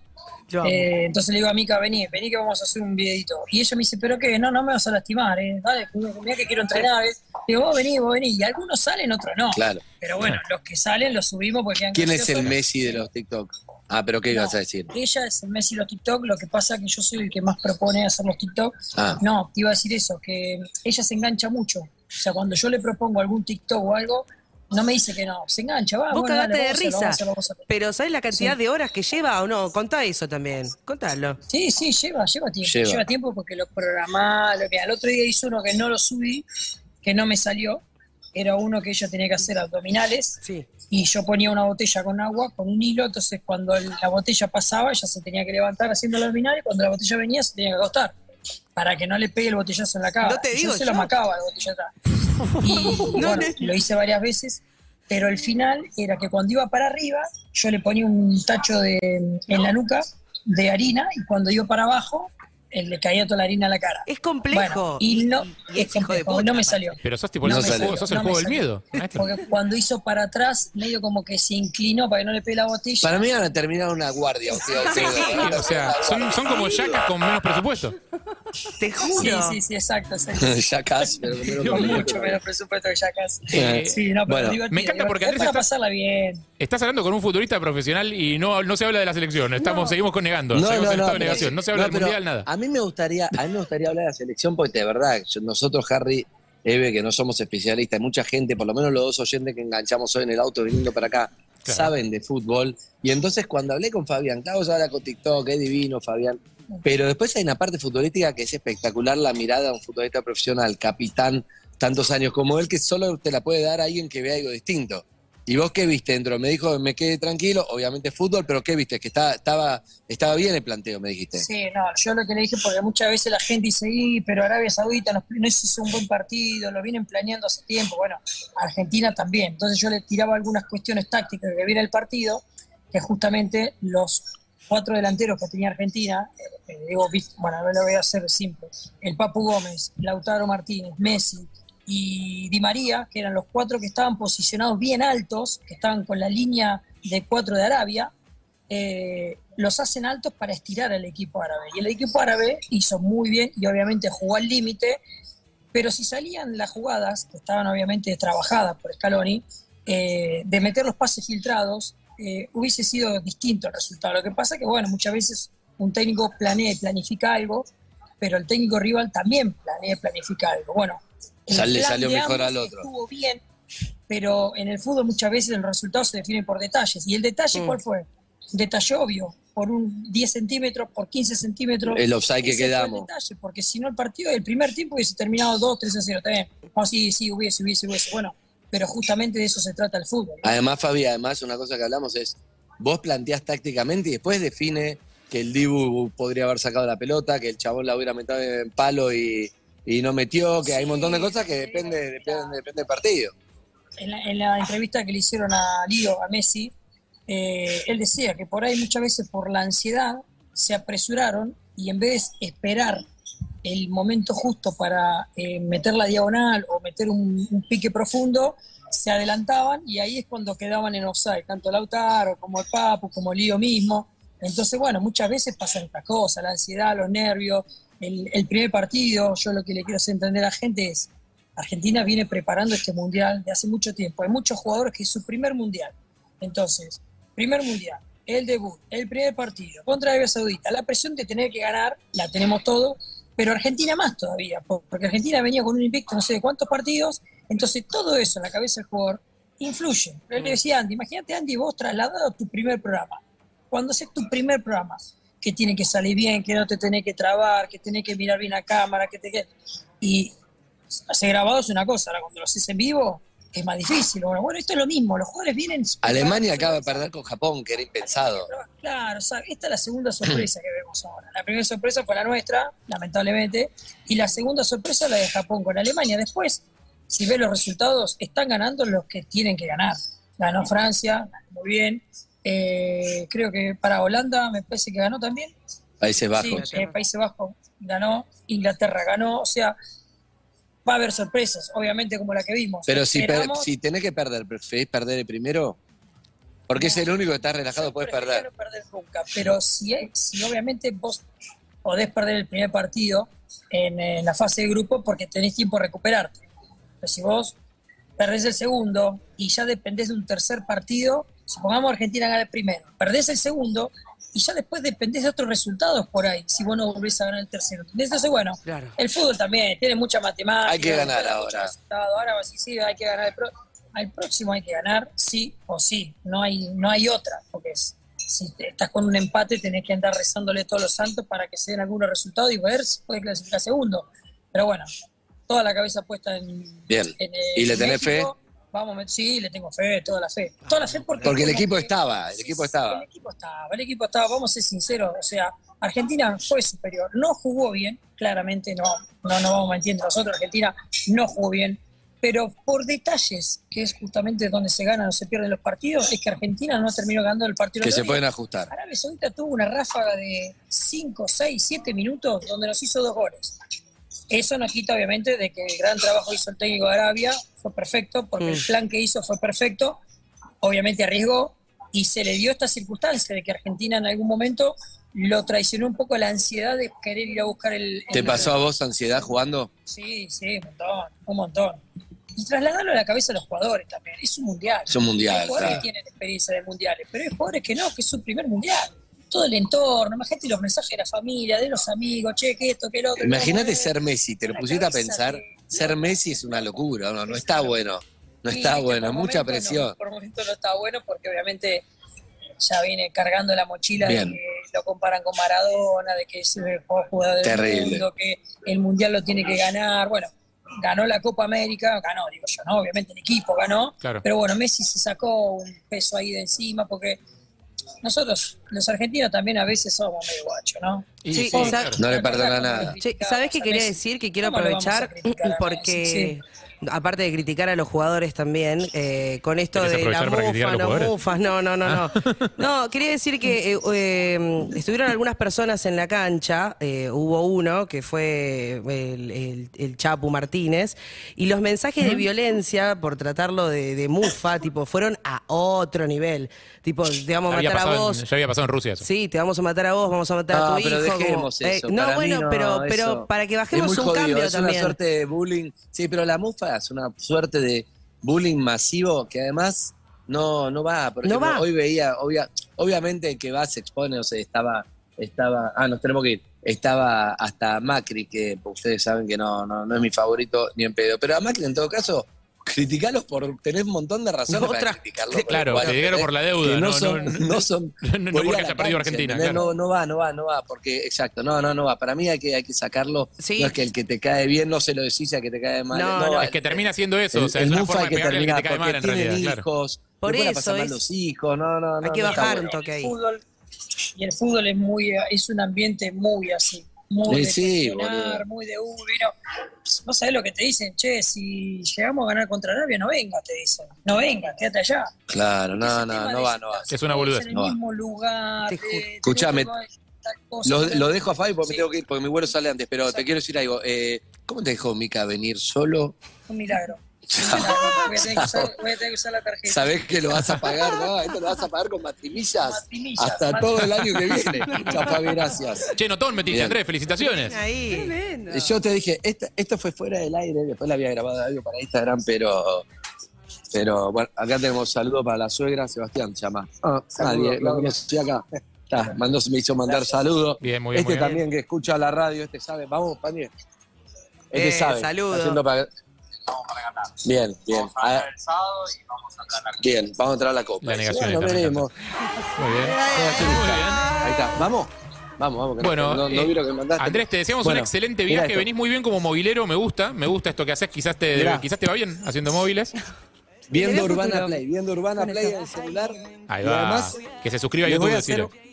Speaker 4: Yo amo.
Speaker 6: Eh, entonces le digo a Mica, vení, vení que vamos a hacer un videito. Y ella me dice, pero qué, no, no me vas a lastimar, eh. dale, mira que quiero entrenar. eh. Digo, vos vení, vos vení. Y algunos salen, otros no.
Speaker 5: Claro.
Speaker 6: Pero bueno, los que salen los subimos porque quedan
Speaker 5: ¿Quién es el
Speaker 6: graciosos.
Speaker 5: Messi de los TikTok? Ah, pero ¿qué ibas a decir?
Speaker 6: Ella es el Messi de los TikTok, lo que pasa que yo soy el que más propone hacer los TikTok.
Speaker 5: Ah.
Speaker 6: No, te iba a decir eso, que ella se engancha mucho. O sea, cuando yo le propongo algún TikTok o algo, no me dice que no, se engancha, va,
Speaker 4: Vos
Speaker 6: ah, bueno,
Speaker 4: cagaste
Speaker 6: dale,
Speaker 4: de
Speaker 6: vamos
Speaker 4: risa.
Speaker 6: a hacerlo, vamos a hacerlo, vamos a hacerlo.
Speaker 4: Pero ¿sabes la cantidad de horas que lleva o no? Contá eso también. Contalo.
Speaker 6: Sí, sí, lleva, lleva tiempo.
Speaker 5: Lleva.
Speaker 6: Lleva, tiempo porque lo programá, lo que al otro día hizo uno que no lo subí, que no me salió. Era uno que ella tenía que hacer abdominales.
Speaker 4: Sí.
Speaker 6: y yo ponía una botella con agua, con un hilo, entonces cuando el- la botella pasaba ella se tenía que levantar haciendo el abdominal y cuando la botella venía se tenía que acostar para que no le pegue el botellazo en la cara.
Speaker 4: No te
Speaker 6: Y
Speaker 4: digo
Speaker 6: yo se
Speaker 4: yo.
Speaker 6: lo macaba la botella atrás. Y bueno, lo hice varias veces, pero el final era que cuando iba para arriba yo le ponía un tacho de, en la nuca de harina y cuando iba para abajo eh, le caía toda la harina en la cara.
Speaker 4: Es complejo.
Speaker 6: Bueno, y no,
Speaker 4: y es
Speaker 6: es
Speaker 4: hijo de
Speaker 6: complejo,
Speaker 4: puta,
Speaker 6: no me
Speaker 4: aparte.
Speaker 6: salió.
Speaker 2: Pero sos tipo
Speaker 5: No
Speaker 2: el
Speaker 5: me
Speaker 2: juego,
Speaker 5: salió,
Speaker 2: sos el
Speaker 6: no me
Speaker 2: juego del
Speaker 6: salió.
Speaker 2: miedo. maestro.
Speaker 6: Porque cuando hizo para atrás, medio como que se inclinó para que no le pegue la botella.
Speaker 5: Para mí van a terminar una guardia. O sea,
Speaker 2: O sea, son, son como yacas con menos presupuesto.
Speaker 4: Te
Speaker 6: Sí,
Speaker 4: juro.
Speaker 6: sí, sí, exacto. exacto.
Speaker 5: ya casi. pero primero
Speaker 2: Dios
Speaker 5: con-
Speaker 2: mío.
Speaker 6: Mucho menos presupuesto que ya casi.
Speaker 5: Eh,
Speaker 6: sí, no, pero
Speaker 5: bueno,
Speaker 6: divertido,
Speaker 2: me encanta porque
Speaker 6: divertido.
Speaker 2: Andrés
Speaker 6: Es
Speaker 2: está-
Speaker 6: para pasarla bien.
Speaker 2: Estás hablando con un futurista profesional y no, no se habla de la selección. Estamos, Seguimos con negando. seguimos en estado de
Speaker 5: pero-
Speaker 2: negación. No se habla del
Speaker 5: pero
Speaker 2: mundial, nada.
Speaker 5: A mí me gustaría, a mí me gustaría hablar de la selección porque de verdad, yo- nosotros, Harry, Eve, que no somos especialistas, mucha gente, por lo menos los dos oyentes que enganchamos hoy en el auto viniendo para acá,
Speaker 2: Claro.
Speaker 5: saben de fútbol. Y entonces cuando hablé con Fabián, claro, vos habla con TikTok, es divino, Fabián. Pero después hay una parte futbolística que es espectacular, la mirada de un futbolista profesional, capitán, tantos años como él, que solo te la puede dar alguien que vea algo distinto. ¿Y vos qué viste dentro? Me dijo, me quedé tranquilo, obviamente fútbol, pero ¿qué viste? Que estaba, estaba, estaba bien el planteo, me dijiste.
Speaker 6: Sí, no, yo lo que le dije, porque muchas veces la gente dice, "Y, pero Arabia Saudita nos- no hizo un buen partido, lo vienen planeando hace tiempo. Bueno, Argentina también. Entonces yo le tiraba algunas cuestiones tácticas que viene el partido, que justamente los cuatro delanteros que tenía Argentina, eh, eh, digo, vi- bueno, no lo voy a hacer simple, el Papu Gómez, Lautaro Martínez, Messi y Di María, que eran los cuatro que estaban posicionados bien altos, que estaban con la línea de cuatro de Arabia, eh, los hacen altos para estirar al equipo árabe. Y el equipo árabe hizo muy bien y obviamente jugó al límite, pero si salían las jugadas, que estaban obviamente trabajadas por Scaloni, eh, de meter los pases filtrados, eh, hubiese sido distinto el resultado. Lo que pasa que, bueno, muchas veces un técnico planea, planifica algo, pero el técnico rival también planea, planifica algo. Bueno, el
Speaker 5: Sal- le
Speaker 6: plan
Speaker 5: salió
Speaker 6: de
Speaker 5: mejor
Speaker 6: ambos
Speaker 5: al otro.
Speaker 6: Estuvo bien, pero en el fútbol muchas veces el resultado se define por detalles. ¿Y el detalle
Speaker 5: Mm.
Speaker 6: cuál fue? Detalle obvio, por un 10 centímetros, por 15 centímetros.
Speaker 5: El offside que
Speaker 6: Ese fue el
Speaker 5: quedamos.
Speaker 6: detalle, porque si no el partido, el primer tiempo hubiese terminado 2, 3 a 0 también. No, sí, sí, hubiese, hubiese, hubiese. Bueno, pero justamente de eso se trata el fútbol. ¿no?
Speaker 5: Además, Fabi, además una cosa que hablamos es, vos planteás tácticamente y después define que el Dibu podría haber sacado la pelota, que el chabón la hubiera metido en palo y, y no metió, que hay un montón de cosas que depende, depende, depende del partido.
Speaker 6: en la, en la entrevista que le hicieron a Lío, a Messi, eh, él decía que por ahí muchas veces por la ansiedad se apresuraron y en vez de esperar el momento justo para eh, meter la diagonal o meter un, un pique profundo, se adelantaban y ahí es cuando quedaban en offside, tanto Lautaro como el Papu, como Lío mismo. Entonces, bueno, muchas veces pasan estas cosas, la ansiedad, los nervios, el, el primer partido, yo lo que le quiero hacer entender a la gente es, Argentina viene preparando este mundial de hace mucho tiempo. Hay muchos jugadores que es su primer mundial. Entonces, primer mundial, el debut, el primer partido contra Arabia Saudita. La presión de tener que ganar la tenemos todo, pero Argentina más todavía, po- porque Argentina venía con un invicto no sé de cuántos partidos. Entonces, todo eso en la cabeza del jugador influye. Pero le decía a Andy, imagínate Andy, vos trasladado a tu primer programa. Cuando haces tu primer programa, que tiene que salir bien, que no te tenés que trabar, que tenés que mirar bien la cámara, que te que- Y hacer grabado es una cosa, ahora cuando lo haces en vivo es más difícil. Bueno, bueno, esto es lo mismo, los jugadores vienen...
Speaker 5: Alemania acaba de perder con Japón, que era impensado.
Speaker 6: Claro, o sea, esta es la segunda sorpresa que vemos ahora. La primera sorpresa fue la nuestra, lamentablemente, y la segunda sorpresa la de Japón con Alemania. Después, si ves los resultados, están ganando los que tienen que ganar. Ganó Francia, muy bien. Eh, creo que para Holanda me parece que ganó también.
Speaker 5: Países Bajos.
Speaker 6: Sí, eh, Países Bajos ganó, Inglaterra ganó, o sea, va a haber sorpresas, obviamente, como la que vimos.
Speaker 5: Pero si, per-
Speaker 6: Esperamos-
Speaker 5: si tenés que perder, ¿preferís perder el primero? Porque es el único que está relajado, puedes
Speaker 6: prefiero
Speaker 5: perder.
Speaker 6: no perder nunca, pero si, si obviamente vos podés perder el primer partido en, eh, la fase de grupo porque tenés tiempo de recuperarte. Pero si vos perdés el segundo y ya dependés de un tercer partido, supongamos Argentina gana el primero, perdés el segundo y ya después dependés de otros resultados por ahí, si vos no volvés a ganar el tercero. ¿Entendés? Entonces, bueno,
Speaker 4: Claro.
Speaker 6: el fútbol también tiene mucha matemática.
Speaker 5: Hay que ganar
Speaker 6: tiene mucho
Speaker 5: ahora.
Speaker 6: resultado. Ahora sí, sí, hay que ganar el pro- al próximo hay que ganar, sí o sí. No hay, no hay otra, porque es- si te- estás con un empate tenés que andar rezándole todos los santos para que se den algunos resultados y ver si puede clasificar segundo. Pero bueno, toda la cabeza puesta en.
Speaker 5: Bien.
Speaker 6: en, eh,
Speaker 5: ¿Y le tenés
Speaker 6: México. Vamos, me- sí, le tengo fe, toda la fe. Toda la fe porque,
Speaker 5: Porque el equipo estaba, el equipo estaba.
Speaker 6: el equipo estaba, el equipo estaba, vamos a ser sinceros, o sea, Argentina fue superior, no jugó bien, claramente no, no, no vamos a mentir entre nosotros, Argentina no jugó bien, pero por detalles, que es justamente donde se ganan o se pierden los partidos, es que Argentina no terminó ganando el partido.
Speaker 5: Que
Speaker 6: de
Speaker 5: se
Speaker 6: hoy.
Speaker 5: pueden ajustar.
Speaker 6: Arabia Saudita tuvo una ráfaga de 5, 6, 7 minutos donde nos hizo dos goles. Eso nos quita, obviamente, de que el gran trabajo hizo el técnico de Arabia fue perfecto, porque el plan que hizo fue perfecto. Obviamente arriesgó y se le dio esta circunstancia de que Argentina en algún momento lo traicionó un poco la ansiedad de querer ir a buscar el.
Speaker 5: ¿Te
Speaker 6: el-
Speaker 5: pasó a vos ansiedad jugando?
Speaker 6: Sí, sí, un montón, un montón. Y trasladarlo a la cabeza de los jugadores también. Es un mundial.
Speaker 5: Es un mundial,
Speaker 6: Hay jugadores
Speaker 5: claro.
Speaker 6: que tienen experiencia de mundiales, pero hay jugadores que no, que es su primer mundial. Todo el entorno, imagínate los mensajes de la familia, de los amigos, che, que esto, que lo otro.
Speaker 5: Imagínate
Speaker 6: no,
Speaker 5: ser Messi, te lo
Speaker 6: Una
Speaker 5: pusiste a
Speaker 6: cabeza
Speaker 5: pensar.
Speaker 6: que-
Speaker 5: Ser Messi es una locura, no, no está bueno. No
Speaker 6: Sí,
Speaker 5: está
Speaker 6: viste,
Speaker 5: bueno,
Speaker 6: por
Speaker 5: mucha
Speaker 6: momento no,
Speaker 5: presión.
Speaker 6: por momento no está bueno porque obviamente ya viene cargando la mochila
Speaker 5: Bien.
Speaker 6: de que lo comparan con Maradona, de que es el mejor jugador del
Speaker 5: Terrible.
Speaker 6: mundo, que el mundial lo tiene que ganar. Bueno, ganó la Copa América, ganó, digo yo, ¿no? Obviamente el equipo ganó,
Speaker 2: Claro.
Speaker 6: pero bueno, Messi se sacó un peso ahí de encima porque nosotros, los argentinos, también a veces somos medio guachos, ¿no?
Speaker 2: Y
Speaker 4: Sí,
Speaker 2: sí,
Speaker 4: o sea-
Speaker 2: claro.
Speaker 5: No le
Speaker 6: La verdad,
Speaker 5: perdona
Speaker 6: cuando
Speaker 5: nada.
Speaker 6: lo
Speaker 4: Che,
Speaker 6: criticamos
Speaker 4: ¿Sabés qué
Speaker 6: a
Speaker 4: quería
Speaker 6: Messi,
Speaker 4: decir? Que quiero
Speaker 6: ¿cómo lo vamos a
Speaker 4: aprovechar
Speaker 6: criticar a Messi?
Speaker 4: porque
Speaker 6: Sí.
Speaker 4: aparte de criticar a los jugadores también, eh, con esto de
Speaker 2: ¿Querés
Speaker 4: las
Speaker 2: aprovechar para criticar a
Speaker 4: mufas,
Speaker 2: los
Speaker 4: no
Speaker 2: jugadores? Ah.
Speaker 4: mufas, no, no, no, no. No, quería decir que eh, eh, estuvieron algunas personas en la cancha, eh, hubo uno que fue el, el- el Chapu Martínez, y los mensajes de violencia, por tratarlo de, de mufa, tipo, fueron a otro nivel. Tipo, te vamos a
Speaker 2: Había
Speaker 4: matar a
Speaker 2: pasado en-
Speaker 4: vos.
Speaker 2: ya había pasado en Rusia eso.
Speaker 4: Sí, te vamos a matar a vos, vamos a matar a
Speaker 5: No,
Speaker 4: tu
Speaker 5: Ah, pero
Speaker 4: hijo. como-
Speaker 5: dejemos eso.
Speaker 4: Eh, no,
Speaker 5: para mí
Speaker 4: bueno,
Speaker 5: no,
Speaker 4: pero,
Speaker 5: eso
Speaker 4: pero para que
Speaker 5: es
Speaker 4: bajemos
Speaker 5: muy
Speaker 4: un
Speaker 5: jodido,
Speaker 4: cambio
Speaker 5: es
Speaker 4: también.
Speaker 5: una suerte de bullying. Sí, pero la mufa es una suerte de bullying masivo que además no, no va. Por
Speaker 4: No
Speaker 5: ejemplo,
Speaker 4: va.
Speaker 5: Hoy veía, obvia- obviamente el que va se expone, o sea, estaba, estaba, ah, nos tenemos que ir. Estaba hasta Macri, que ustedes saben que no, no, no es mi favorito ni en pedo. Pero a Macri, en todo caso, criticalos por tener un montón de razones para
Speaker 4: Otras-
Speaker 5: criticarlo.
Speaker 4: Sí,
Speaker 2: claro,
Speaker 5: Bueno,
Speaker 2: criticarlo por la deuda,
Speaker 5: que No,
Speaker 2: no,
Speaker 5: son,
Speaker 2: no,
Speaker 5: no, son
Speaker 2: No, no,
Speaker 5: por ir
Speaker 2: porque
Speaker 5: a la
Speaker 2: haya perdido
Speaker 5: cancha,
Speaker 2: Argentina,
Speaker 5: ¿entendés?
Speaker 2: claro.
Speaker 5: No, no va, no va, no va, porque, exacto, no, no, no va. Para mí hay que, hay que sacarlo.
Speaker 4: Sí.
Speaker 5: No es que el que te cae bien no se lo decís a que te cae mal.
Speaker 4: No,
Speaker 5: No,
Speaker 4: no,
Speaker 5: va.
Speaker 2: Es que termina haciendo eso,
Speaker 5: El-
Speaker 2: o sea,
Speaker 5: el
Speaker 2: es una
Speaker 5: mufa
Speaker 2: forma
Speaker 5: hay
Speaker 2: de pegarle al que te cae
Speaker 5: terminar
Speaker 2: mal en
Speaker 5: porque
Speaker 2: realidad,
Speaker 5: tienen
Speaker 2: claro.
Speaker 5: hijos,
Speaker 4: Por
Speaker 5: después
Speaker 4: eso
Speaker 5: la pasan mal
Speaker 4: es-
Speaker 5: los hijos, no, no, no.
Speaker 4: Hay que
Speaker 5: no está
Speaker 4: bajar
Speaker 5: bueno.
Speaker 4: un toque ahí.
Speaker 6: fútbol y el fútbol es muy es un ambiente muy así muy
Speaker 5: Eh,
Speaker 6: de
Speaker 5: sí,
Speaker 6: presionar,
Speaker 5: boludo.
Speaker 6: muy de uh, pero no sabés lo que te dicen che si llegamos a ganar contra Arabia no vengas te dicen no vengas quédate allá
Speaker 5: Claro, no,
Speaker 6: Ese
Speaker 5: no,
Speaker 6: tema
Speaker 5: no
Speaker 6: de
Speaker 5: va, no va.
Speaker 6: sentarse
Speaker 2: Es una
Speaker 6: todos
Speaker 2: boludez,
Speaker 6: en el
Speaker 5: no va.
Speaker 6: mismo lugar
Speaker 4: Te
Speaker 6: de-
Speaker 4: ju-
Speaker 6: de-
Speaker 5: Escuchame,
Speaker 6: de- tal cosa,
Speaker 5: Lo,
Speaker 6: tal-
Speaker 5: lo dejo a Fabi porque
Speaker 6: Sí.
Speaker 5: me tengo que ir, porque mi vuelo sale antes, pero te
Speaker 6: Exacto.
Speaker 5: quiero decir algo. Eh, ¿Cómo te dejó Mica venir solo?
Speaker 6: un milagro Un milagro. voy, a tener que usar, voy a tener que usar la tarjeta
Speaker 5: Sabés que lo vas a pagar, ¿no? Esto lo vas a pagar con matrimillas
Speaker 6: Matrimillas,
Speaker 5: hasta
Speaker 6: mat-
Speaker 5: todo el año que viene. Chao, Fabi, gracias.
Speaker 2: Che, notón metiste,
Speaker 5: Bien.
Speaker 2: Andrés, felicitaciones.
Speaker 4: Ahí.
Speaker 5: Eh, Yo te dije, esta- esto fue fuera del aire, después la había grabado algo para Instagram, pero. Pero bueno, acá tenemos saludo para la suegra, Sebastián se llama. Ah, nadie, lo conocí acá. Está, mandó, me hizo mandar saludo.
Speaker 2: Bien, muy bien,
Speaker 5: Este
Speaker 2: muy bien.
Speaker 5: también que escucha la radio, este sabe. Vamos, Pani. Este
Speaker 4: Eh,
Speaker 5: sabe.
Speaker 4: saludo.
Speaker 5: Está haciendo para- Bien, bien. Ah, Bien, vamos a entrar a la copa.
Speaker 2: La
Speaker 5: Dice,
Speaker 2: negación
Speaker 5: bueno,
Speaker 2: está, me
Speaker 5: veremos.
Speaker 2: Muy bien. Muy bien.
Speaker 5: Ahí está, vamos. Vamos, vamos. que no-
Speaker 2: Bueno,
Speaker 5: no, no,
Speaker 2: eh,
Speaker 5: vi lo que mandaste.
Speaker 2: Andrés, te deseamos
Speaker 5: Bueno,
Speaker 2: un excelente
Speaker 5: mirá
Speaker 2: viaje.
Speaker 5: esto.
Speaker 2: Venís muy bien como movilero, me gusta, me gusta esto que haces, quizás te,
Speaker 5: Mirá.
Speaker 2: quizás te va bien haciendo móviles.
Speaker 5: Viendo
Speaker 4: Mirá el
Speaker 5: Urbana
Speaker 4: futuro.
Speaker 5: Play, viendo Urbana Play en el celular.
Speaker 2: Ahí
Speaker 5: Y
Speaker 2: va.
Speaker 5: además,
Speaker 2: que se suscriba a
Speaker 5: les
Speaker 2: YouTube,
Speaker 5: voy a hacer-
Speaker 2: decilo.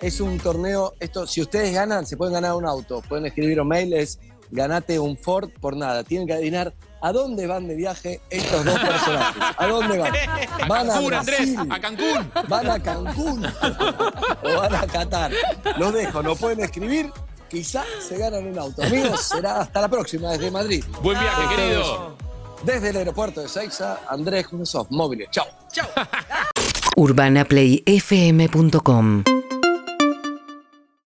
Speaker 5: es un torneo, esto, si ustedes ganan, se pueden ganar un auto, pueden escribir un mail, es ganate un Ford por nada. Tienen que adivinar a dónde van de viaje estos dos personajes. ¿A dónde van?
Speaker 2: A
Speaker 5: Van a
Speaker 2: Cancún, Andrés,
Speaker 5: Brasil.
Speaker 2: a Cancún.
Speaker 5: Van a Cancún o van a Qatar. Los dejo, no pueden escribir. Quizá se ganan un auto. Amigos, será hasta la próxima desde Madrid.
Speaker 2: Buen
Speaker 5: Ah.
Speaker 2: viaje, querido.
Speaker 5: Desde el aeropuerto de Seiza, Andrés, ¿cómo sos? Móviles. Chao.
Speaker 9: UrbanaPlayFM.com